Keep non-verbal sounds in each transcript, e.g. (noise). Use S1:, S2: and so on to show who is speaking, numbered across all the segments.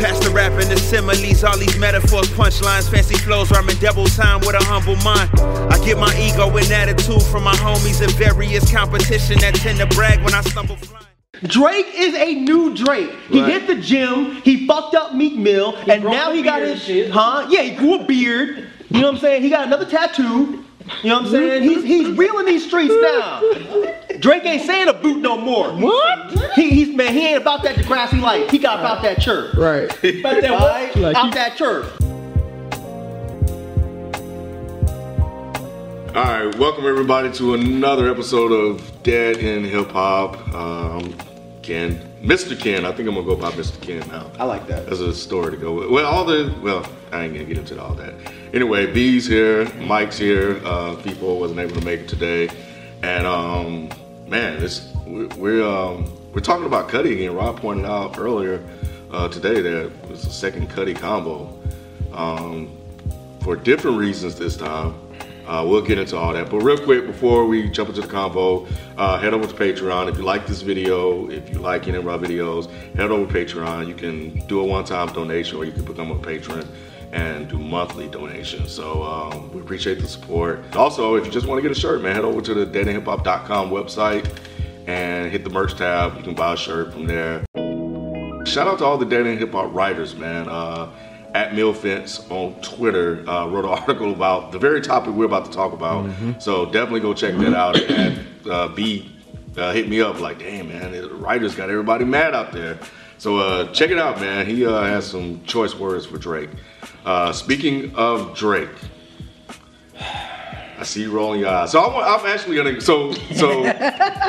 S1: Past the rap and the similes, all these metaphors, punchlines, fancy flows, rhyming double time with a humble mind. I get my ego and attitude from my homies in various competition that tend to brag when I stumble flying.
S2: Drake is a new Drake. He
S1: Right.
S2: hit the gym. He fucked up Meek Mill, and
S3: grew
S2: now
S3: a
S2: he got
S3: beard
S2: his
S3: and shit.
S2: huh? Yeah, he grew a beard. You know what I'm saying? He got another tattoo. You know what I'm saying? He's he's real in these streets now. Drake ain't saying a boot no more. What? He, he's man. He ain't about that Degrassi life. He got about that church.
S4: Right.
S2: About that what?
S4: Like,
S2: out that church.
S5: All right, welcome everybody to another episode of Dead in Hip Hop. Um, Ken, Mr. Ken, I think I'm gonna go by Mr. Ken now.
S2: I like that.
S5: That's a story to go with. Well, all the well, I ain't gonna get into all that. Anyway, B's here, Mike's here. Uh, people wasn't able to make it today, and um, man, it's we're we're, um, we're talking about Cuddy again. Rob pointed out earlier uh, today that it was the second Cuddy combo. Um, for different reasons this time. Uh, we'll get into all that. But real quick, before we jump into the convo, uh, head over to Patreon. If you like this video, if you like any of our videos, head over to Patreon. You can do a one time donation or you can become a patron and do monthly donations. So um, we appreciate the support. Also, if you just want to get a shirt, man, head over to the deadandhiphop.com website and hit the merch tab. You can buy a shirt from there. Shout out to all the dead end hip hop writers, man. Uh, at Millfence on Twitter uh, wrote an (laughs) article about the very topic we're about to talk about. So definitely go check that out. And uh, B uh, hit me up like, damn man, the writers got everybody mad out there. So uh, check it out, man. He uh, has some choice words for Drake. Uh, speaking of Drake, (sighs) I see you rolling your eyes. So I want, I'm actually gonna. So so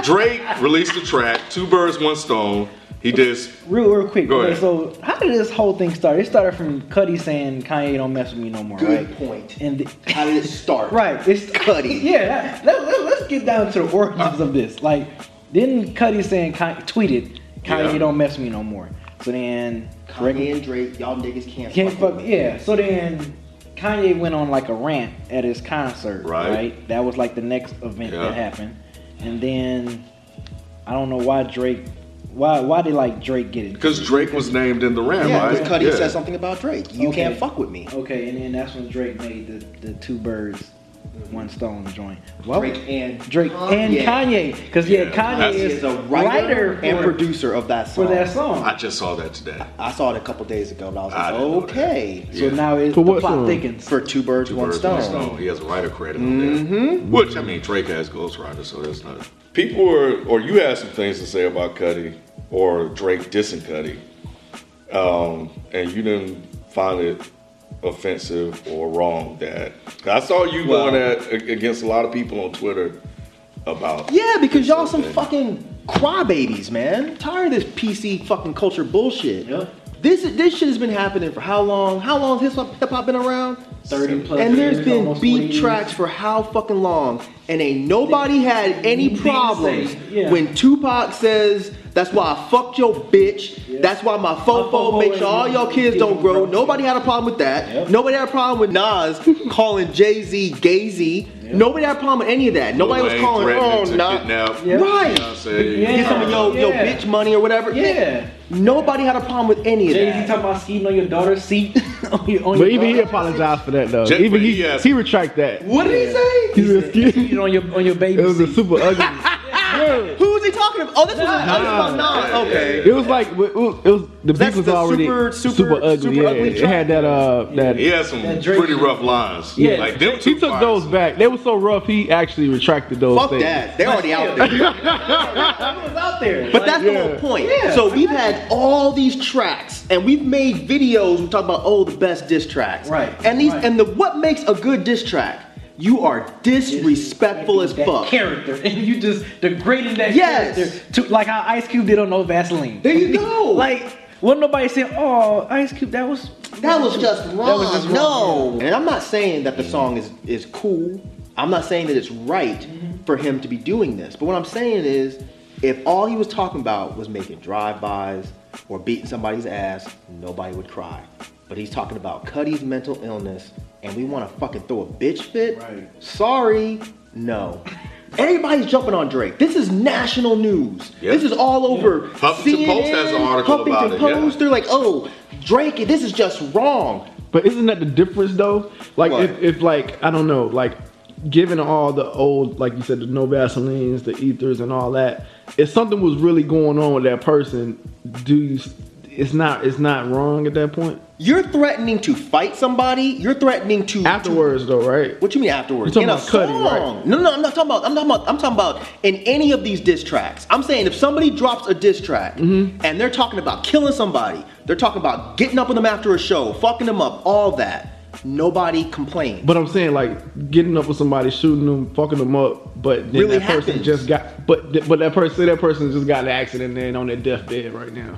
S5: Drake released the track Two Birds One Stone. He did
S3: Real, real quick.
S5: Go
S3: okay,
S5: ahead.
S3: So, how did this whole thing start? It started from Cuddy saying Kanye don't mess with me no more,
S2: Good
S3: right?
S2: point.
S3: And th-
S2: (laughs) How did it start?
S3: right,
S2: (laughs)
S3: it's
S2: Cudi.
S3: (laughs) Yeah, let, let, let's get down to the origins of this. Like, then Cuddy saying Kanye, tweeted Kanye
S5: Yeah.
S3: don't mess with me no more. So then
S2: Kanye and Drake, y'all niggas can't,
S3: Can't
S2: fuck
S3: fuck
S2: with me.
S3: yeah. So then Kanye went on like a rant at his concert,
S5: Right.
S3: right? That was like the next event
S5: Yeah.
S3: that happened, and then I don't know why Drake, why why did like Drake get it?
S5: Because Drake was named in the ram,
S2: Yeah,
S5: right?
S2: because Cuddy
S5: Yeah.
S2: said something about Drake. You
S3: Okay.
S2: can't fuck with me.
S3: Okay, and then that's when Drake made the, the two birds, one stone joint. Well,
S2: Drake and
S3: Oh. Drake and
S2: Kanye.
S3: Kanye, because yeah,
S5: Yeah,
S3: Kanye
S5: that's-
S2: He
S3: is
S2: is the writer, and
S3: for,
S2: producer of that song.
S3: for that song.
S5: I just saw that today.
S2: I saw it a couple days ago, and I was
S5: I
S2: like,
S5: didn't know that.
S2: okay.
S3: so
S5: Yeah.
S3: now it's
S4: For
S3: the
S4: what
S3: plot
S4: song?
S3: thickens.
S2: For two birds,
S5: Two
S2: one,
S5: birds,
S2: stone. Mm-hmm.
S5: one stone. He has writer credit on there. Which I mean, Drake has ghostwriter, so that's not. People were, or you had some things to say about Cuddy or Drake dissing Cuddy, um, and you didn't find it offensive or wrong that I saw you
S2: Well-
S5: going at a- against a lot of people on Twitter about.
S2: Yeah, because y'all some
S5: Okay.
S2: fucking crybabies, man. I'm tired of this PC fucking culture bullshit.
S3: Yep.
S2: This this shit has been happening for how long? How long has hip hop been around?
S3: 30 plus
S2: And there's
S3: years,
S2: been
S3: almost
S2: beat
S3: 20
S2: tracks for how fucking long? And ain't nobody had any
S3: Didn't say,
S2: problems
S3: yeah.
S2: when Tupac says, "That's why I fucked your bitch.
S3: Yeah.
S2: That's why my fofo
S3: fofo
S2: makes sure
S3: ain't-
S2: all your kids
S3: ain't
S2: don't grow."
S3: grow.
S2: Nobody had a problem with that.
S3: Yep.
S2: Nobody had a problem with Nas
S3: (laughs)
S2: calling Jay Z Gay Z. Nobody had a problem with any of that. Nobody was
S5: Wayne
S2: calling.
S5: threatening
S2: Oh,
S5: to
S2: nah.
S5: kidnap
S3: Yeah.
S2: Right.
S5: Beyonce.
S3: Yeah.
S2: Get some of your, your
S3: Yeah.
S2: bitch money or whatever.
S3: Yeah.
S2: Nobody had a problem with any of
S3: Jay Z
S2: that.
S3: talking about skeeting on your daughter's seat. (laughs) on your, on
S4: But
S3: your
S4: even he
S3: daughter's-
S4: apologized for that though.
S5: Jet-
S4: even
S5: but
S4: he
S5: he has-
S4: he
S2: (laughs)
S4: retract that.
S2: what did he
S4: He
S2: say?
S4: was
S3: Skeeted
S4: cute.
S3: on your on your
S4: It
S3: baby
S4: was a
S3: seat.
S4: super ugly.
S2: Who was he talking about? Oh, this was, oh, this was about Nas. Okay.
S4: It was like it was, it was the beat
S2: That's
S4: was
S2: the
S4: already
S2: super-
S4: super,
S2: super-
S4: ugly.
S2: super
S4: yeah,
S2: ugly
S4: it
S2: track.
S4: had that uh that.
S5: He has some
S3: That Drake-
S5: pretty rough lines.
S3: Yeah.
S5: like them two
S4: He took
S5: bars.
S4: those back. They were so rough. He actually retracted those.
S2: Fuck
S4: things.
S2: that. They're already out there.
S3: was out there.
S2: But that's the
S4: yeah.
S2: whole point.
S3: Yeah.
S2: So we've had all these tracks, and we've made videos. We talk about oh, the best diss tracks.
S3: Right,
S2: And these
S3: right.
S2: and the what makes a good diss track? You are disrespectful as
S3: that
S2: fuck.
S3: character, (laughs) and you just degrading that
S2: Yes.
S3: character to like how Ice Cube did on No Vaseline. (laughs)
S2: There you go.
S3: like Wasn't nobody saying, "Oh, Ice Cube, that was
S2: That was just wrong.
S3: was just
S2: No. And I'm not saying that the song is is cool. I'm not saying that it's right for him to be doing this. But what I'm saying is, if all he was talking about was making drive-bys or beating somebody's ass, nobody would cry. But he's talking about Cuddy's mental illness, and we want to fucking throw a bitch fit.
S5: Right.
S2: Sorry, (laughs) no. Everybody's jumping on Drake. This is national news.
S5: Yeah.
S2: This is all over.
S5: Huffington Post has an article
S2: Huffington
S5: about it, yeah.
S2: Post, they're like, oh, Drake, this is just wrong.
S4: But isn't that the difference though? Like
S2: What?
S4: if, if like I don't know, like given all the old like you said the no vaselines, the ethers and all that, if something was really going on with that person, do you s- it's not it's not wrong at that point?
S2: You're threatening to fight somebody. You're threatening to
S4: Afterwards though, right?
S2: What you mean afterwards?
S4: You're talking
S2: in a
S4: about Cudi, right?
S2: song. No, no, I'm not talking about. I'm talking about. I'm talking about in any of these diss tracks. I'm saying if somebody drops a diss track
S4: Mm-hmm.
S2: and they're talking about killing somebody, they're talking about getting up with them after a show, fucking them up, all that. Nobody complained.
S4: But I'm saying like getting up with somebody, shooting them, fucking them up, but then
S2: Really
S4: that person
S2: happens.
S4: just got but th- but that person say that person just got in an accident and on their deathbed right now.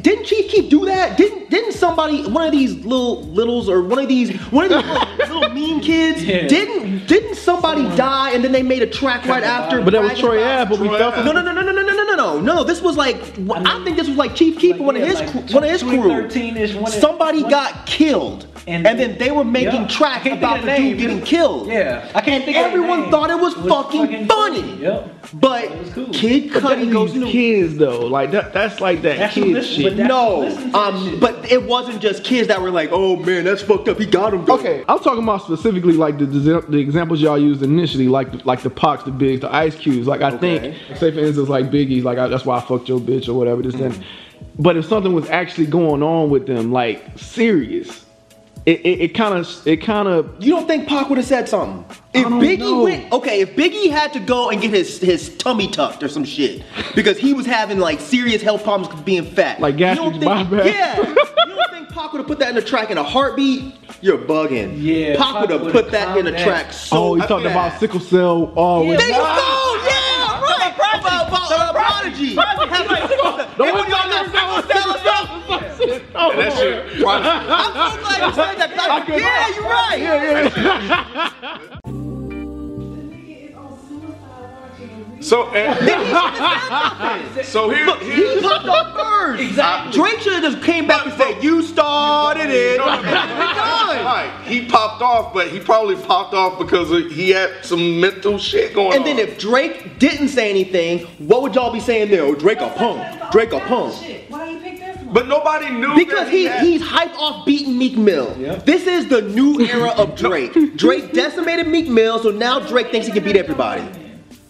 S2: Didn't Chief Keef do that? Didn't didn't somebody one of these little littles or one of these one of these
S3: (laughs)
S2: little, little mean kids
S3: Yeah.
S2: didn't didn't somebody die and then they made a track right after?
S4: But that was
S2: bragging
S4: Troy
S2: about-
S4: Ave, but we
S5: Troy
S4: felt
S5: Ave.
S2: No no no no no no no no no no. This was like I, think this was like Chief Keef
S3: Like,
S2: or one of
S3: yeah,
S2: his
S3: like
S2: cr- one of his crew.
S3: 2013-ish, one of-
S2: somebody
S3: one-
S2: got killed. And,
S3: And-
S2: then they were making
S3: Yeah. I
S2: tracks
S3: can't think
S2: about
S3: of
S2: the
S3: the
S2: dude
S3: name,
S2: getting
S3: yeah.
S2: killed.
S3: Yeah. I can't
S2: and
S3: think of the
S2: everyone
S3: name.
S2: thought it was,
S3: It was
S2: fucking,
S3: fucking
S2: funny.
S3: funny. Yep.
S2: But
S3: It was cool.
S2: Kid
S4: But that
S2: Cudi goes
S4: leaves
S2: new.
S4: kids though, like that that's like that
S3: That's what
S4: kid
S3: this-
S4: shit.
S3: but that-
S2: No,
S3: Listen to that
S2: um,
S3: shit.
S2: but it wasn't just kids that were like, "Oh man, that's fucked up. He got him." though."
S4: Okay, I'm talking about specifically like the the examples y'all used initially, like the, like the Pox, the Bigs, the Ice Cubes. Like I
S2: Okay.
S4: think, say for instance, like Biggie, like I, that's why I fucked your bitch or whatever. This and but if something was actually going on with them, like serious, it it kind of it kind of
S2: you don't think Pac would have said something? If
S4: don't
S2: Biggie
S4: know.
S2: went, okay, if Biggie had to go and get his his tummy tucked or some shit because he was having like serious health problems being fat,
S4: Like
S2: you don't (laughs)
S4: gastric
S2: think,
S4: bypass.
S2: yeah, you don't think Pac would have put that in a track in a heartbeat? You're bugging.
S3: Yeah,
S2: Pac,
S3: Pac
S2: would have
S3: would've
S2: put that in a
S3: clowned that.
S2: track so.
S4: oh you talked
S2: bad.
S4: about sickle cell oh, all
S3: Yeah.
S2: There you go, yeah, right. About, about uh, prodigy. Have a sickle (laughs) cell.
S4: Don't
S2: Everyone
S4: worry
S2: got sickle cell as well.
S5: And that
S4: (laughs)
S5: shit, (laughs) probably,
S2: I'm so glad you said that. 'cause I-
S4: I could-
S2: yeah, you're right.
S5: so and,
S2: (laughs)
S5: so here,
S2: He
S5: here's,
S2: popped off first.
S3: Exactly.
S2: Drake should have just came back and said, "You started
S4: (laughs)
S2: it."
S5: (laughs)
S2: and
S5: Right. He popped off, but he probably popped off because of- he had some mental shit going on.
S2: then if Drake didn't say anything, what would y'all be saying there? Oh, Drake a punk. Drake a punk.
S6: Why you pick this one?
S5: but nobody knew
S2: Because
S5: that
S2: he
S5: had-
S2: he's hype off beating Meek Mill. This is the new era of Drake. Drake decimated Meek Mill, so now Drake thinks he can beat everybody.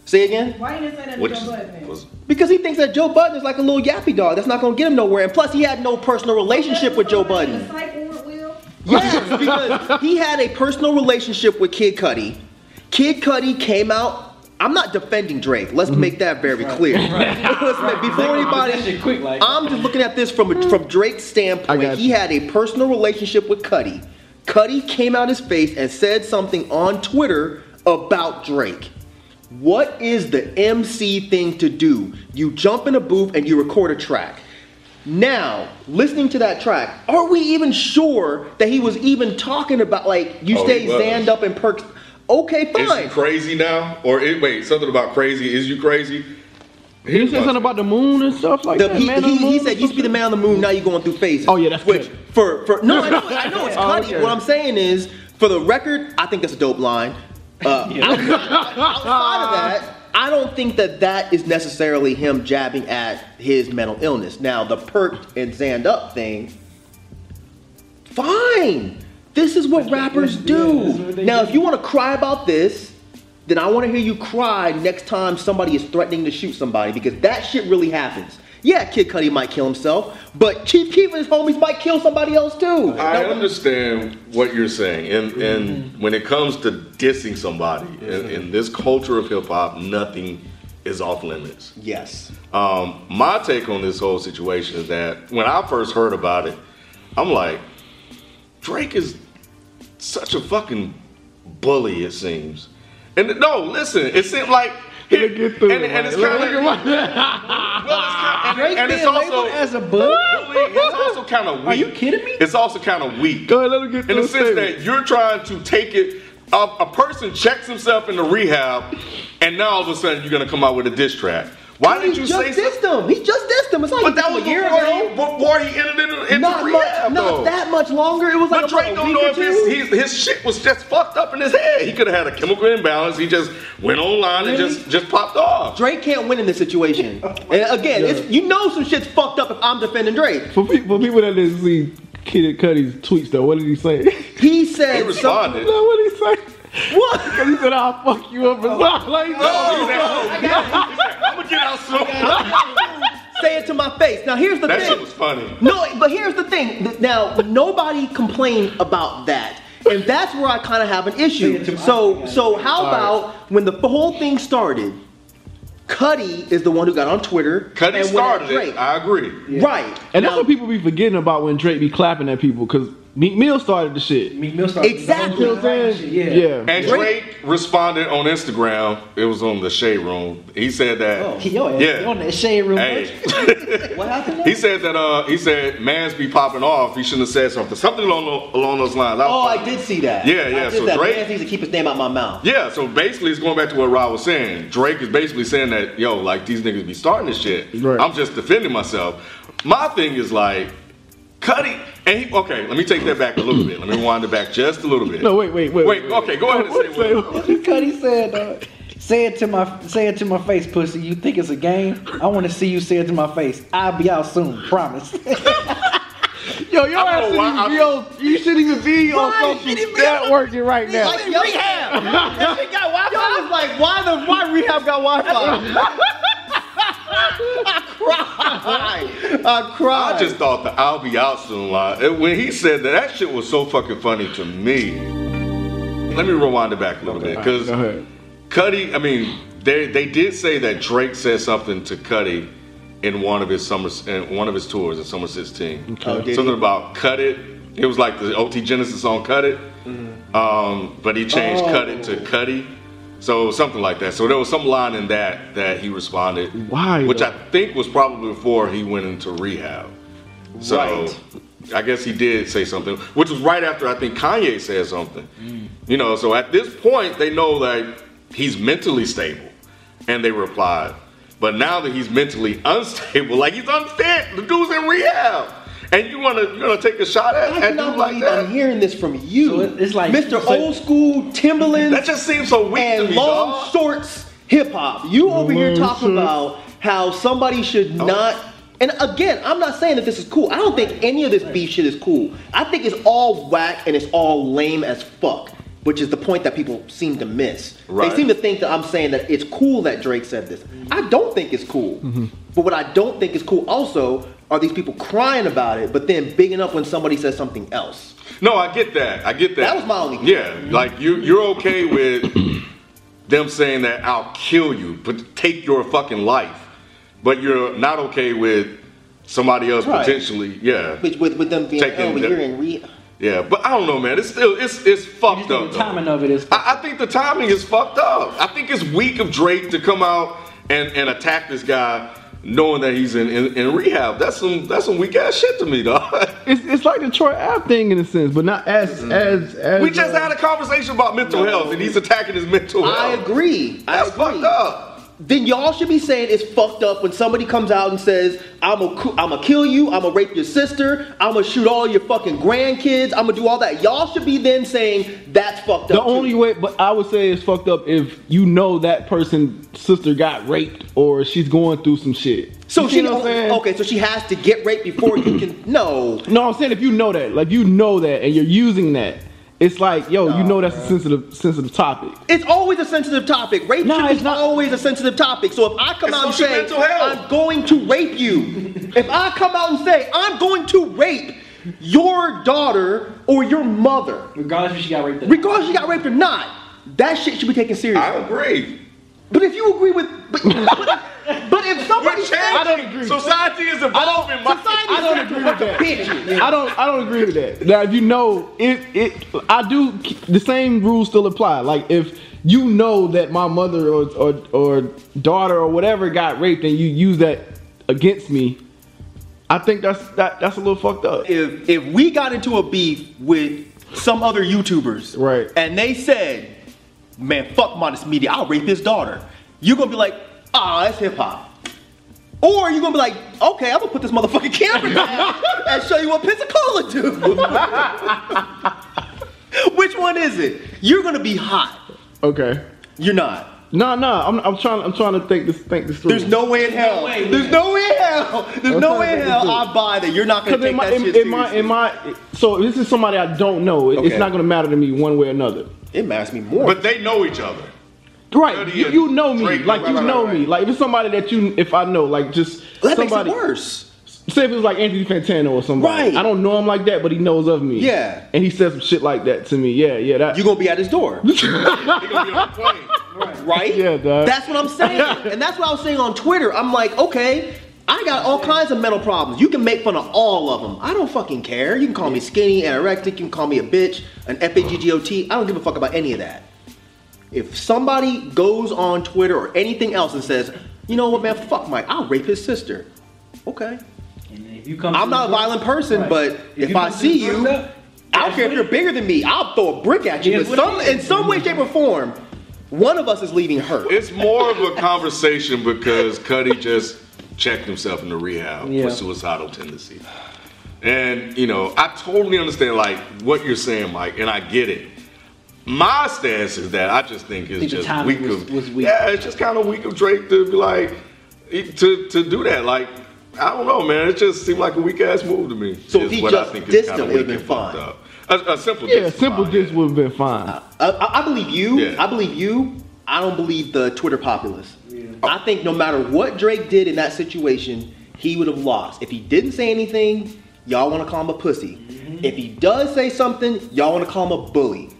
S2: Say again?
S6: Why you didn't say that
S5: which
S6: to Joe Budden?
S5: was
S2: Because he thinks that Joe Budden is like a little yappy dog. That's not gonna get him nowhere. And plus, he had no personal relationship with Joe Budden.
S6: The psych ward will.
S2: Yes, because he had a personal relationship with Kid Cudi. Kid Cudi came out. I'm not defending Drake. Let's
S3: Mm-hmm.
S2: make that very clear. (laughs) Let's make- Before
S3: That
S2: anybody,
S3: shit quick, like-
S2: I'm just looking at this from a, from Drake's
S4: I
S2: standpoint.
S4: got
S2: He
S4: you.
S2: had a personal relationship with Cudi. Cudi came out his face and said something on Twitter about Drake. What is the MC thing to do? You jump in a booth and you record a track. Now, listening to that track, are we even sure that he was even talking about like you
S5: Oh, he
S2: stay
S5: was.
S2: zanned up and perks? Okay,
S5: is he
S2: fine.
S5: crazy now? Or it, wait, something about crazy? Is you crazy?
S4: He said something about the moon and stuff like
S2: The-
S4: that.
S2: he,
S4: man on
S2: he-
S4: the moon
S2: he
S4: or
S2: said, "You used to be the man on the moon. Now you're going through phases."
S4: Oh, yeah, that's
S2: which
S4: Cudi.
S2: for for no, I know, I know it's
S4: (laughs) Oh,
S2: Cuddy.
S4: okay.
S2: What I'm saying is, for the record, I think that's a dope line.
S4: (laughs)
S2: Uh, outside, outside of that, I don't think that that is necessarily him jabbing at his mental illness. Now, the perked and zanned up thing, fine. This is what rappers
S3: yeah,
S2: do.
S3: that's what they
S2: now,
S3: do.
S2: if you want to cry about this, then I want to hear you cry next time somebody is threatening to shoot somebody because that shit really happens. Yeah, Kid Cudi might kill himself, but Chief Keef and his homies might kill somebody else too.
S5: I
S2: Now,
S5: understand what you're saying, and
S2: Mm-hmm.
S5: and when it comes to dissing somebody in, in this culture of hip hop, nothing is off limits.
S2: yes.
S5: Um, my take on this whole situation is that when I first heard about it, I'm like, Drake is such a fucking bully, it seems. And no, listen, it seemed like
S4: Look at through
S5: and, and
S4: it,
S5: it's
S4: like,
S5: kind of
S4: look at
S5: well, it's kinda- and,
S3: Drake
S5: and it's
S3: being labeled
S5: also
S3: as a bully.
S5: bully mean, it's also kind of weak.
S3: Are you kidding me?
S5: It's also kind of weak.
S4: Go ahead, let him get
S5: in the
S4: those
S5: sense that
S4: statements.
S5: you're trying to take it. A, a person checks himself into rehab, and now all of a sudden you're gonna come out with a diss track. Why
S2: He
S5: did you
S2: just
S5: say
S2: dissed
S5: something?
S2: him. He just dissed him. It's like
S5: But that was
S2: a year
S5: before
S2: ago.
S5: he, before he entered into, into
S2: Not
S5: rehab,
S2: much,
S5: though.
S2: not that much longer. It was like
S5: But
S2: about
S5: Drake
S2: a
S5: don't
S2: week
S5: know
S2: or
S5: if his,
S2: two.
S5: his his shit was just fucked up in his head. He could have had a chemical imbalance. He just went online and
S2: Really?
S5: just just popped off.
S2: Drake can't win in this
S5: (laughs)
S2: situation. and again, it's, you know some shit's fucked up if I'm defending Drake.
S4: For, pe- for people that didn't see Kid Cudi's tweets, though, what did he say? (laughs)
S2: He
S5: He
S2: said something.
S5: responded.
S4: no, what did he say?
S2: What? Oh.
S4: Because he said, I'll fuck you up and stuff like
S5: No,
S4: that.
S2: (laughs)
S5: he's at home. He's like, I'm gonna get out soon.
S2: Say it to my face. Now here's the
S5: That
S2: thing.
S5: shit was funny.
S2: No, but here's the thing. Th- Now nobody complained about that, and that's where I kind of have an issue. So, so how about when the whole thing started? Cuddy is the one who got on Twitter.
S5: Cuddy
S2: and went at
S5: started
S2: Drake.
S5: it. I agree.
S2: Right.
S4: And that's
S2: Now-
S4: what people be forgetting about when Drake be clapping at people, because Meek Mill started the shit. You
S3: Meek Mill started
S2: Exactly.
S4: know what I'm
S3: Shit,
S4: saying?
S3: Yeah.
S4: yeah.
S5: And Drake, responded on Instagram. It was on the Shade Room. He said that.
S3: Oh, yo,
S5: Yeah.
S3: yeah. you on that shade room.
S5: Hey. (laughs)
S3: weren't you? What happened?
S5: He said that. Uh, he said, "Man's be popping off. He shouldn't have said something. Something along tho- along those lines." That
S2: Oh,
S5: was
S2: I
S5: funny.
S2: did see that.
S5: Yeah,
S2: I
S5: yeah,
S2: did
S5: so
S2: that.
S5: Drake-
S2: Drake needs to keep his name out my mouth.
S5: Yeah, so basically it's going back to what Rob was saying. Drake is basically saying that, yo, like these niggas be starting this shit.
S4: Right.
S5: I'm just defending myself. My thing is like, Cuddy, and he, okay, let me take that back a little bit. Let me wind it back just a little bit.
S4: No, wait, wait, wait.
S5: Wait, okay, go ahead and say what.
S3: Cuddy said, uh, "Say it to my, say it to my face, pussy. You think it's a game? I want to see you say it to my face. I'll be out soon, promise." (laughs)
S4: Yo, your
S5: I
S4: ass
S5: don't know
S4: shouldn't
S5: why
S4: even be
S5: I-
S4: on, you shouldn't even be
S2: Why
S4: on
S2: should he
S4: social
S2: be on-
S4: networking right now.
S2: Like, yo, rehab. that shit got Wi-Fi. Y'all was like, why the why rehab got (laughs) Wi-Fi? I cried. I cried.
S5: I just thought the I'll be out soon line. and When he said that, that shit was so fucking funny to me. Let me rewind it back a little bit. Because
S4: Go ahead.
S5: Cuddy, I mean, they they did say that Drake said something to Cuddy in one of his summer in one of his tours in Summer 16. something about cut it. It was like the OT Genesis song "Cut It," um, but he changed "Cut It" to "Cuddy." So something like that. So there was some line in that that he responded,
S4: Why,
S5: Which
S4: though?
S5: I think was probably before he went into rehab. So
S2: Right.
S5: I guess he did say something, which was right after I think Kanye said something. You know, so at this point they know that he's mentally stable, and they replied. But now that he's mentally (laughs) unstable, like he's unfit, the dude's in rehab, and you wanna you wanna take a shot at,
S2: I
S5: at
S2: cannot
S5: dude like
S2: believe I'm
S5: that?
S2: hearing this from you.
S3: So it- it's like-
S2: Mr.
S3: so-
S2: old school Timberland
S5: That just seems so weak to
S2: and
S5: me.
S2: long
S5: dog.
S2: shorts hip hop. You over here
S4: Long
S2: talking
S4: shorts.
S2: about how somebody should
S5: Oh.
S2: not. And again, I'm not saying that this is cool. I don't think any of this beef shit is cool. I think it's all whack and it's all lame as fuck, which is the point that people seem to miss.
S5: Right.
S2: They seem to think that I'm saying that it's cool that Drake said this. I don't think it's cool.
S4: Mm-hmm.
S2: But what I don't think is cool also are these people crying about it, but then bigging up when somebody says something else.
S5: No, I get that. I get that.
S2: That was my only-
S5: Yeah, like you, you're okay with them saying that I'll kill you, but take your fucking life. But you're not okay with somebody else
S2: Right.
S5: potentially. Yeah,
S2: With, with, with them being,
S5: Taking
S2: oh, but
S5: the-
S2: you're in re.
S5: yeah. But I don't know, man. It's still it's it's fucked
S3: the
S5: up. though.
S3: timing of it is.
S5: I, I think the timing is fucked up. I think it's weak of Drake to come out and, and attack this guy, knowing that he's in, in, in rehab. That's some that's some weak ass shit to me, dog.
S4: It's, it's like the Troy Ave thing in a sense, but not as
S5: Mm.
S4: as
S5: (laughs)
S4: as.
S5: We just
S4: uh,
S5: had a conversation about mental health, and he's attacking his mental
S2: I
S5: health.
S2: agree. I
S5: That's
S2: agree.
S5: fucked up.
S2: Then y'all should be saying it's fucked up when somebody comes out and says, "I'm a, coo- I'm a kill you. I'm a rape your sister. I'm gonna shoot all your fucking grandkids. I'm gonna do all that." Y'all should be then saying that's fucked
S4: The
S2: up. too.
S4: only way, but I would say it's fucked up if you know that person's sister got raped or she's going through some shit.
S2: So
S4: You
S2: she
S4: see what I'm saying?
S2: okay. So she has to get raped before you
S4: (clears throat)
S2: can. No.
S4: No, I'm saying if you know that, like you know that, and you're using that, it's like, yo, you know that's a sensitive sensitive topic.
S2: It's always a sensitive topic. Rape
S4: No,
S2: should
S4: it's
S2: be
S4: not-
S2: always a sensitive topic. So if I come
S5: It's
S2: out and
S5: social
S2: say
S5: mental health.
S2: I'm going to rape
S4: (laughs)
S2: you, if I come out and say I'm going to rape your daughter or your mother,
S3: regardless, if she got raped. or not.
S2: regardless if you got raped or not, that shit should be taken
S5: I
S2: seriously.
S5: agree.
S2: But if you agree with, but, but, but if
S5: We're
S2: somebody
S5: changing.
S2: says,
S5: Society is evolving. Mike.
S4: I don't agree with that. I don't. I don't agree with that. Now, if you know it, it. I do. The same rules still apply. Like if you know that my mother or or, or daughter or whatever got raped, and you use that against me, I think that's that, that's a little fucked up.
S2: if if we got into a beef with some other YouTubers,
S4: Right.
S2: and they said, "Man, fuck modest media, I'll rape his daughter," you're gonna be like, "Ah, that's hip hop," or you're gonna be like, "Okay, I'm gonna put this motherfucking camera down (laughs) and show you what Pensacola do." (laughs) Which one is it? You're gonna be hot.
S4: Okay.
S2: You're not.
S4: No, no, I'm, I'm trying. I'm trying to think this. Think this through.
S2: There's no way in hell. There's no way in hell. There's
S4: I'm
S2: no
S4: trying
S2: way in
S4: to think
S2: hell
S4: this
S2: I
S4: through.
S2: buy that. You're not gonna
S4: Because
S2: take
S4: in my
S2: that shit
S4: in, in my
S2: seriously.
S4: in my so this is somebody I don't know. It-
S2: Okay.
S4: It's not gonna matter to me one way or another.
S2: it matters me more.
S5: But they know each other.
S4: Right.
S5: Thirty
S4: You,
S5: years.
S4: you know me.
S5: Drake,
S4: like
S5: right,
S4: you
S5: right,
S4: know
S5: right,
S4: me.
S5: right.
S4: Like if it's somebody that you if I know, like just
S2: that
S4: somebody
S2: makes it worse.
S4: Say if it was like Anthony Fantano or somebody.
S2: Right.
S4: I don't know him like that, but he knows of me.
S2: Yeah.
S4: And he says some shit like that to me. Yeah, yeah. That
S2: You're gonna be at his door.
S5: They gonna be on
S2: (laughs)
S5: the plane.
S2: right?
S4: Yeah, dog.
S2: That's what I'm
S4: (laughs)
S2: saying. and that's what I was saying on Twitter. I'm like, okay, I got all kinds of mental problems. You can make fun of all of them. I don't fucking care. You can call me skinny, anorectic, you can call me a bitch, an E FAGGOT. I don't give a fuck about any of that. If somebody goes on Twitter or anything else and says, you know what, man, fuck Mike, I'll rape his sister. Okay.
S3: And if you come
S2: I'm
S3: to
S2: not a
S3: the-
S2: violent person,
S3: Right.
S2: but if,
S3: you
S2: I
S3: come to
S2: see
S3: the
S2: you,
S3: doorstep,
S2: I don't care if you're bigger than me. I'll throw a brick at you.
S3: Here's
S2: But
S3: what
S2: some,
S3: it is.
S2: in some way, shape, or form, one of us is leaving hurt.
S5: It's more of a conversation because Cuddy just checked himself into rehab
S3: Yeah.
S5: for suicidal tendencies. And, you know, I totally understand, like, what you're saying, Mike, and I get it. My stance is that I just think it's
S3: Think the
S5: just
S3: timing
S5: weak
S3: was-
S5: of
S3: was weak.
S5: yeah, it's just kind of weak of Drake to be like e, to to do that. Like I don't know, man. It just seemed like a weak ass move to me.
S2: So if
S5: is
S2: he
S5: what
S2: just
S5: I think
S2: dissed
S5: is kinda
S2: him, it would've
S5: weak
S2: been
S5: and fucked
S2: fine.
S5: up. A, a simple
S4: yeah,
S5: diss is
S4: simple
S5: fine,
S4: diss
S5: yeah.
S4: would have been fine.
S2: I, Uh, I- I believe you.
S5: Yeah.
S2: I believe you. I don't believe the Twitter populace. I think no matter what Drake did in that situation, he would have lost. If he didn't say anything, y'all want to call him a pussy.
S3: Mm-hmm.
S2: If he does say something, y'all want to call him a bully.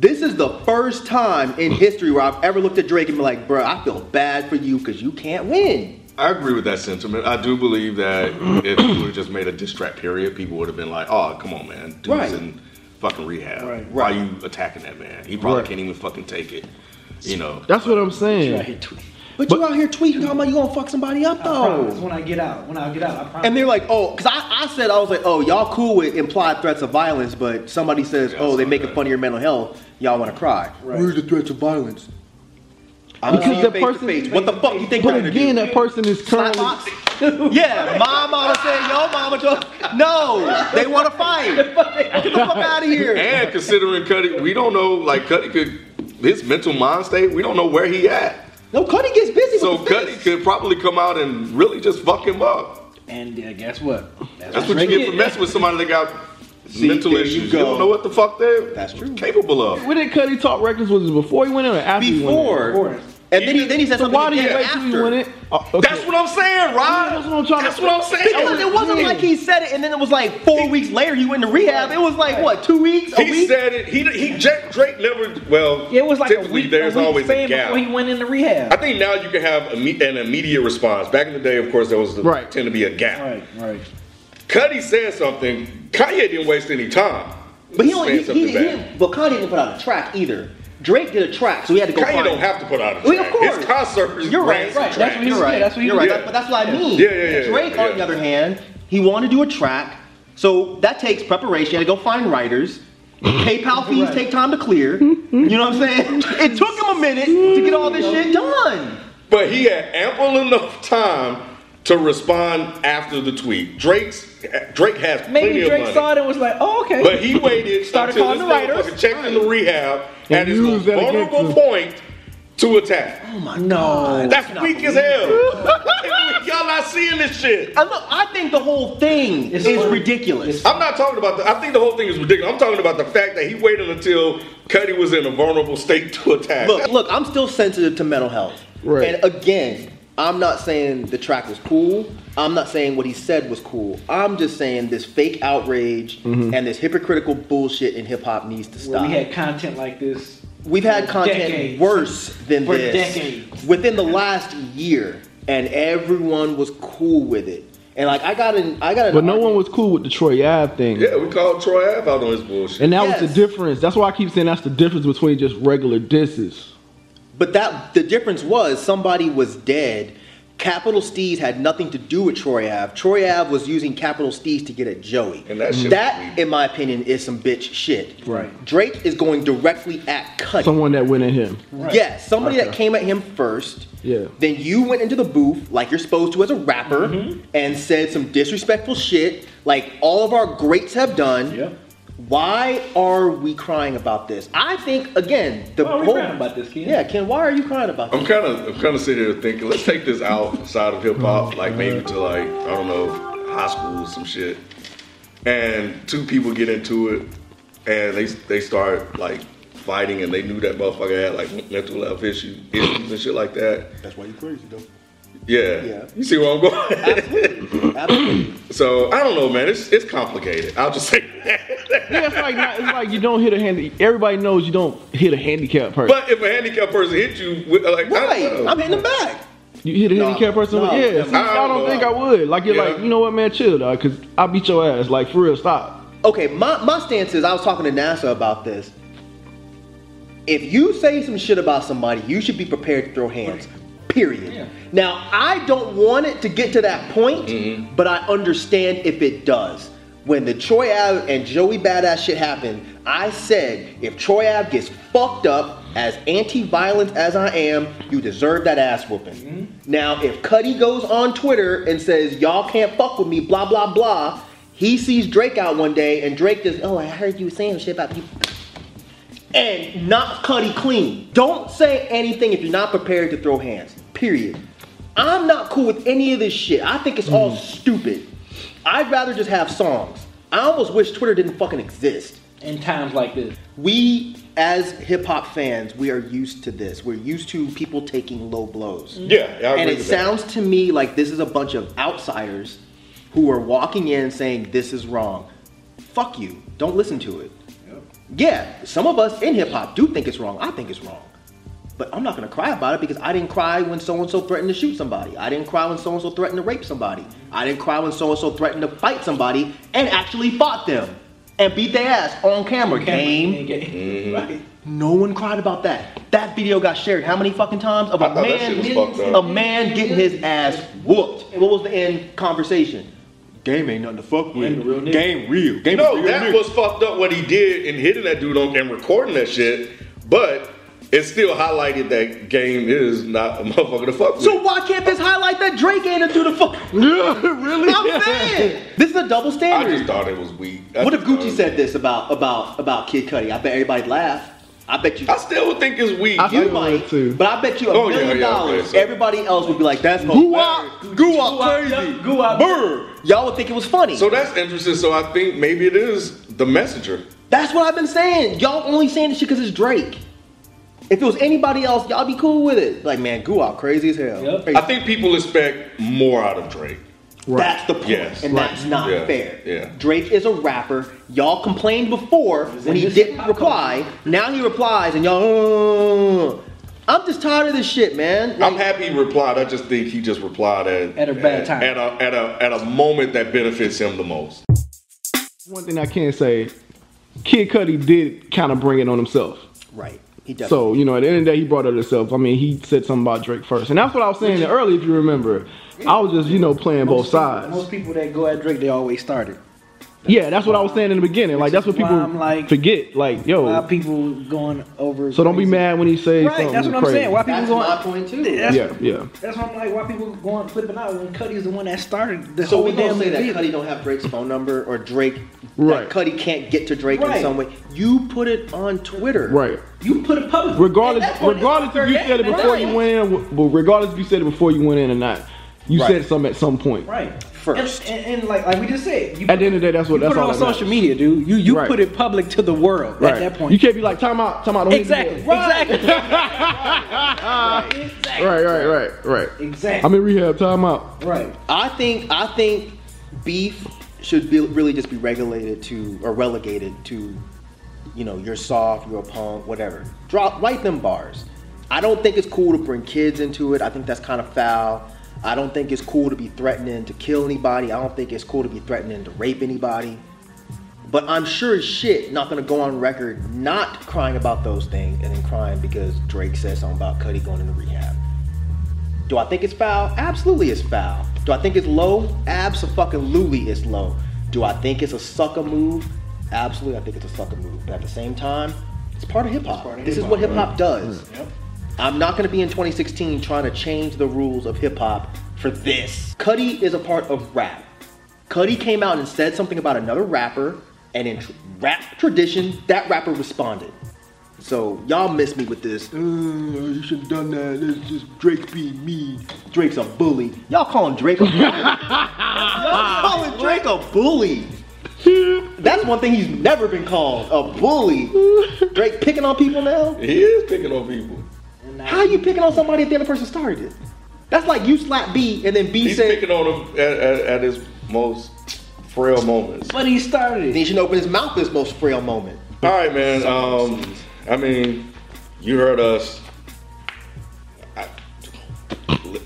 S2: This is the first time in history where I've ever looked at Drake and be like, bro, I feel bad for you because you can't win.
S5: I agree with that sentiment. I do believe that if you would have just made a diss track period, people would have been like, "Oh, come on, man, dude's
S2: Right.
S5: in fucking rehab.
S3: Right.
S5: Why are you attacking that man? He probably
S4: Right.
S5: can't even fucking take it." You know,
S4: That's what I'm saying.
S3: Right here, tweet.
S2: But, you
S4: But-
S2: out here tweeting talking about you gonna fuck somebody up
S3: I promise
S2: though.
S3: when I get out. When I get out, I promise.
S2: And they're like, oh, because I, I said, I was like, oh, y'all cool with implied threats of violence, but somebody says,
S5: Yeah,
S2: oh, they
S5: it's
S2: making
S5: okay.
S2: fun of your mental health, y'all want to cry.
S3: Right.
S2: Where's the threats of violence? I'm
S4: Because
S2: because the
S4: the
S2: face
S4: person-
S2: to face. What the fuck you think?
S4: But
S2: I'm gonna
S4: again,
S2: do?
S4: that person is
S2: Slap
S4: currently.
S2: box? (laughs) yeah, my mama said, yo, mama, jo-" no, they want to fight. Get the fuck out of here.
S5: and considering Cuddy, we don't know. Like Cuddy could, his mental mind state, we don't know where he at.
S2: No, Cuddy gets busy.
S5: So
S2: with the
S5: Cuddy
S2: fist.
S5: could probably come out and really just fuck him up.
S3: And uh, guess what?
S5: That's what you
S3: Drake
S5: get for
S3: did.
S5: messing with somebody that got
S2: See,
S5: mental
S2: there you
S5: issues. You,
S2: go.
S5: don't know what the fuck they're
S2: That's true.
S5: capable of.
S4: When did Cuddy talk records? Was it before he went in or after he went in?
S2: before,
S3: Before.
S2: and then he then he said
S4: So
S2: something
S4: why did he
S2: again
S4: wait till he
S2: after.
S4: went in? Oh, okay.
S5: That's what I'm saying, Rod.
S4: Yeah, that's what I'm trying to-
S5: That's what I'm saying.
S2: Because it wasn't like he said it and then it was like four weeks later he went to rehab. It was like what, two weeks? A
S5: He
S2: week?
S5: said it. He he. Jack Drake never. Well,
S3: It was like a
S5: typically
S3: week.
S5: there's
S3: a week
S5: always a
S3: span
S5: gap.
S3: before he went into rehab.
S5: I think now you can have imme- an immediate response. Back in the day, of course, there was the,
S4: Right.
S5: tend to be a gap.
S3: right, right.
S5: Cuddy said something. Kanye didn't waste any time.
S2: but he
S5: Just
S2: only he,
S5: saying something
S2: he, he
S5: back.
S2: didn't, but Kanye didn't put out a track either. Drake did a track, so we had to go
S5: Kanye
S2: find
S5: don't
S2: it.
S5: have to put out a
S2: Well,
S5: track.
S2: of course.
S5: His concert is
S2: You're right,
S5: rants
S2: right.
S5: and
S3: That's what he
S5: tracks.
S2: You're
S3: was
S2: right.
S3: That's what he
S2: You're
S3: was
S2: right.
S3: doing.
S2: But that's what I mean.
S5: Yeah, yeah, yeah,
S2: Drake,
S5: yeah.
S2: on the other hand, he wanted to do a track, so that takes preparation. You had to go find writers. PayPal fees take time to clear. You know what I'm saying? It took him a minute to get all this shit done.
S5: But he had ample enough time to respond after the tweet. Drake's Drake has plenty
S3: Maybe
S5: of
S3: Drake
S5: money.
S3: saw it and was like, oh, okay.
S5: But he waited
S3: Started
S5: until
S3: calling
S5: this
S3: the writers.
S5: motherfucker checked in the rehab
S4: And
S5: at his
S4: used that against
S5: vulnerable
S4: him.
S5: point to
S2: Oh
S3: Oh,
S5: attack.
S3: no.
S5: That's weak as hell. (laughs) Y'all not seeing this shit.
S2: I, look, I think the whole thing
S3: It's
S2: is
S3: funny.
S2: ridiculous.
S5: I'm not talking about the. I think the whole thing is ridiculous. I'm talking about the fact that he waited until Cuddy was in a vulnerable state to attack.
S2: Look, look, I'm still sensitive to mental health.
S4: Right.
S2: And again, I'm not saying the track was cool. I'm not saying what he said was cool. I'm just saying this fake outrage and this hypocritical bullshit in hip hop needs to
S3: Where
S2: stop.
S3: Mm-hmm. we had content like this.
S2: We've had
S3: for
S2: content
S3: decades.
S2: worse than
S3: For
S2: this
S3: decades.
S2: within the last year, and everyone was cool with it. And like I got an, I got an.
S4: But no
S2: argument-
S4: one was cool with the Troy Ave thing.
S5: yeah, we called Troy Ave out on his bullshit.
S4: And that was
S2: Yes.
S4: the difference. That's why I keep saying that's the difference between just regular disses.
S2: But that the difference was somebody was dead Capital Steez had nothing to do with Troy Ave. Troy Ave was using Capital Steez to get at Joey.
S5: And that shit was
S2: that
S5: weak.
S2: in my opinion, is some bitch shit.
S4: Right.
S2: Drake is going directly at Cuddy.
S4: Someone that went at him.
S2: Yes, somebody that
S4: Okay.
S2: came at him first.
S4: Yeah.
S2: Then you went into the booth like you're supposed to as a rapper
S3: Mm-hmm.
S2: and said some disrespectful shit like all of our greats have done.
S3: Yep.
S2: Why are we crying about this? I think again the
S3: Why are we
S2: whole-
S3: crying about this, Ken?
S2: Yeah, Ken, why are you crying about
S5: I'm
S2: this?
S5: kind of, I'm kind of sitting here thinking, let's take this outside of hip hop, like maybe to like, I don't know, high school, some shit. And two people get into it, and they they start like fighting, and they knew that motherfucker had like mental health issue, issues and shit like that.
S7: That's why you crazy though.
S5: Yeah.
S2: Yeah.
S5: You see where I'm going?
S2: Absolutely.
S5: so I don't know, man. It's it's complicated. I'll just say that. (laughs)
S4: Yeah, it's like not, it's like you don't hit a handy. Everybody knows you don't hit a handicapped person.
S5: But if a handicapped person hit you, with, like I
S2: right.
S5: don't know.
S2: I'm hitting him back.
S4: you hit a handicapped person,
S2: no,
S4: yeah.
S2: no.
S4: see, I, don't think I would. Like you're
S5: Yeah.
S4: like, you know what, man, chill, dog, cause I beat your ass. Like for
S3: (laughs)
S4: real, stop.
S2: Okay, my, my stance is I was talking to NASA about this. If you say some shit about somebody, you should be prepared to throw hands. Period. Now, I don't want it to get to that point, but I understand if it does. When the Troy Ave and Joey Badass shit happened, I said, if Troy Ave gets fucked up, as anti-violence as I am, you deserve that ass whooping. Now, if Cuddy goes on Twitter and says, y'all can't fuck with me, blah, blah, blah, he sees Drake out one day and Drake just, oh, I heard you saying shit about people. And not Cuddy clean. Don't say anything if you're not prepared to throw hands. Period. I'm not cool with any of this shit. I think it's all stupid. I'd rather just have songs. I almost wish Twitter didn't fucking exist
S3: in times like this.
S2: we as hip hop fans, we are used to this. We're used to people taking low blows.
S5: Yeah, I agree
S2: and it
S5: with that.
S2: sounds to me like this is a bunch of outsiders who are walking in saying this is wrong. Fuck you. Don't listen to it. Yeah, some of us in hip hop do think it's wrong. I think it's wrong. But I'm not gonna cry about it because I didn't cry when so and so threatened to shoot somebody. I didn't cry when so and so threatened to rape somebody. I didn't cry when so and so threatened to fight somebody and actually fought them and beat their ass on camera. Game.
S3: Right.
S2: No one cried about that. That video got shared how many fucking times? Of
S5: I
S2: a
S5: thought that
S2: man,
S5: shit was
S2: getting-
S5: fucked
S2: a
S5: up.
S2: man getting his ass whooped. And what was the end conversation? Game ain't nothing to fuck
S3: Ain't
S2: with.
S3: a real nigga.
S2: Game real. Game
S5: No,
S2: real
S5: that
S2: nigga.
S5: was fucked up what he did in hitting that dude on and recording that shit, but it still highlighted that game is not a (laughs) motherfucker to fuck with.
S2: So why can't this highlight that Drake ain't a dude to fuck?
S4: Yeah, really.
S2: I'm saying this is a double
S5: I
S2: standard.
S5: just thought it was weak. I
S2: what if
S5: just thought it
S2: Gucci
S5: was-
S2: said this about about about Kid Cudi? I bet everybody would laugh. I bet you.
S5: I still think it's weak.
S4: I
S2: You
S4: feel it
S2: might,
S4: too.
S2: but I bet you a
S5: Oh, yeah,
S2: million
S5: yeah, okay,
S2: dollars.
S5: so-
S2: Everybody else would be like, "That's
S4: Goo-wop.
S2: hilarious. Goo-wop crazy,
S3: Goo wop.
S2: Brr. Y'all would think it was funny.
S5: So that's interesting. So I think maybe it is the messenger.
S2: That's what I've been saying. Y'all only saying this shit because it's Drake. If it was anybody else, y'all be cool with it. Like, man, Goo out crazy as hell.
S3: Yep.
S2: Crazy.
S5: I think people expect more out of Drake.
S2: that's the point,
S5: Yes.
S2: and
S5: Right.
S2: that's not
S5: Yeah.
S2: fair.
S5: Yeah.
S2: Drake is a rapper. Y'all complained before when he
S3: this
S2: didn't
S3: hip-hop
S2: reply. Now he replies, and y'all. "Uh." I'm just tired of this shit, man.
S5: I'm happy he replied. I just think he just replied at
S3: At a bad time.
S5: At a at a at a moment that benefits him the most.
S4: (laughs) One thing I can say, Kid Cudi did kind of bring it on himself.
S2: right. He does.
S4: So you know, at the end of the day, he brought it himself. I mean, he said something about Drake first, and that's what I was saying earlier. If you remember, I was just you know playing both
S3: Most people-
S4: sides.
S3: most people that go at Drake, they always started.
S4: Yeah, that's what I was saying in the beginning. Like that's what
S3: Which is
S4: people
S3: why I'm like-
S4: forget. Like
S3: A lot of
S4: yo,
S3: people going over.
S4: so don't be
S3: crazy.
S4: mad when he says
S3: Right,
S4: something
S3: that's what I'm
S4: crazy.
S3: saying. Why people
S2: That's
S3: going?
S2: my point, too.
S3: That's,
S4: Yeah, yeah.
S3: That's why I'm like, why people going flipping out when Cudi's the one that started the
S2: So
S3: whole
S2: we gonna
S3: damn
S2: say that
S3: video.
S2: Cuddy don't have Drake's phone number or Drake
S4: Right.
S2: that Cuddy can't get to Drake in
S3: Right.
S2: some way. You put it on Twitter.
S4: Right.
S3: You put it public.
S4: Regardless,
S3: At that point,
S4: regardless if you
S3: it's
S4: said it before you
S3: right.
S4: went in, well, regardless if you said it before you went in or not, you
S2: Right.
S4: said something at some point.
S3: Right.
S2: First.
S3: And, and, and like like we just said, you
S4: At the end of the day, that's what-
S3: you
S4: that's
S3: put
S4: all
S3: it on
S4: that
S3: social
S4: matters.
S3: media, dude. You you
S4: Right.
S3: put it public to the world
S4: Right.
S3: at that point.
S4: you can't be like time out, time out. don't hit the
S3: exactly.
S4: bell.
S3: Exactly.
S4: Right, right, right, right.
S3: Exactly.
S4: I'm in rehab. Time out.
S3: right.
S2: I think I think beef should be really just be regulated to or relegated to, you know, you're soft, you're a punk, whatever. Drop write them bars. I don't think it's cool to bring kids into it. I think that's kind of foul. I don't think it's cool to be threatening to kill anybody. I don't think it's cool to be threatening to rape anybody. But I'm sure as shit not gonna go on record not crying about those things and then crying because Drake said something about Cuddy going into rehab. Do I think it's foul? Absolutely, it's foul. Do I think it's low? Absolutely, it's low. Do I think it's a sucker move? Absolutely, I think it's a sucker move. But at the same time, it's part of hip hop. This is what hip hop does. I'm not gonna be in 2016 trying to change the rules of hip hop for this. Cuddy is a part of rap. Cuddy came out and said something about another rapper, and in tr- rap tradition, that rapper responded. So y'all miss me with this. "Uh, you should have done that. That's just Drake being mean. Drake's a bully. Y'all calling Drake a (laughs) bully? y'all calling Drake a bully? That's one thing he's never been called a bully. Drake picking on people now?
S5: He is picking on people.
S2: How you picking on somebody if the other person started it? That's like you slap B and then B
S5: He's
S2: said
S5: picking on him at, at, at his most frail moments.
S3: But he started
S2: he
S3: it.
S2: should open his mouth at his most frail moment.
S5: All right, man. Um, I mean, you heard us. I,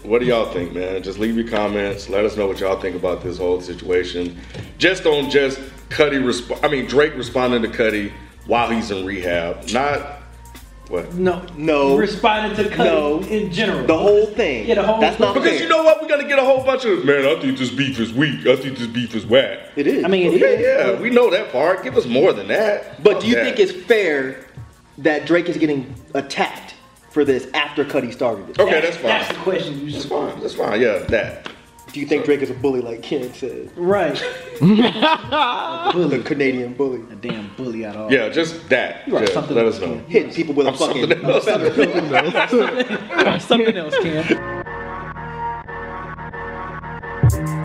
S5: what do y'all think, man? Just leave your comments. Let us know what y'all think about this whole situation. Just don't just Cuddy resp- I mean, Drake responding to Cuddy while he's in rehab. Not what.
S3: No,
S2: No.
S3: Responded to Cuddy
S2: No.
S3: in general.
S2: The whole thing.
S3: Yeah, the whole
S2: That's not
S5: (laughs)
S3: thing.
S5: Because
S2: fair.
S5: you know what? We're gonna get a whole bunch of man. I think this beef is weak. I think this beef is whack.
S2: It is.
S3: I mean, it
S5: Yeah,
S3: is.
S5: yeah, we know that part. Give us more than that.
S2: But
S5: Fuck
S2: do you
S5: that.
S2: think it's fair that Drake is getting attacked for this after Cuddy started it?
S5: okay? That's,
S3: That's the
S5: fine.
S3: question. You just,
S5: That's fine. That's fine. Yeah, that.
S2: Do you think Drake is a bully like Ken
S5: (laughs)
S2: said?
S3: right.
S2: The Canadian bully.
S3: A (laughs) damn bully out of all.
S5: Yeah, just that.
S2: are
S5: Just
S2: something
S5: let us know.
S2: Hitting people with a
S5: I'm
S2: fucking
S5: something else.
S2: feather.
S3: Something else, Cam.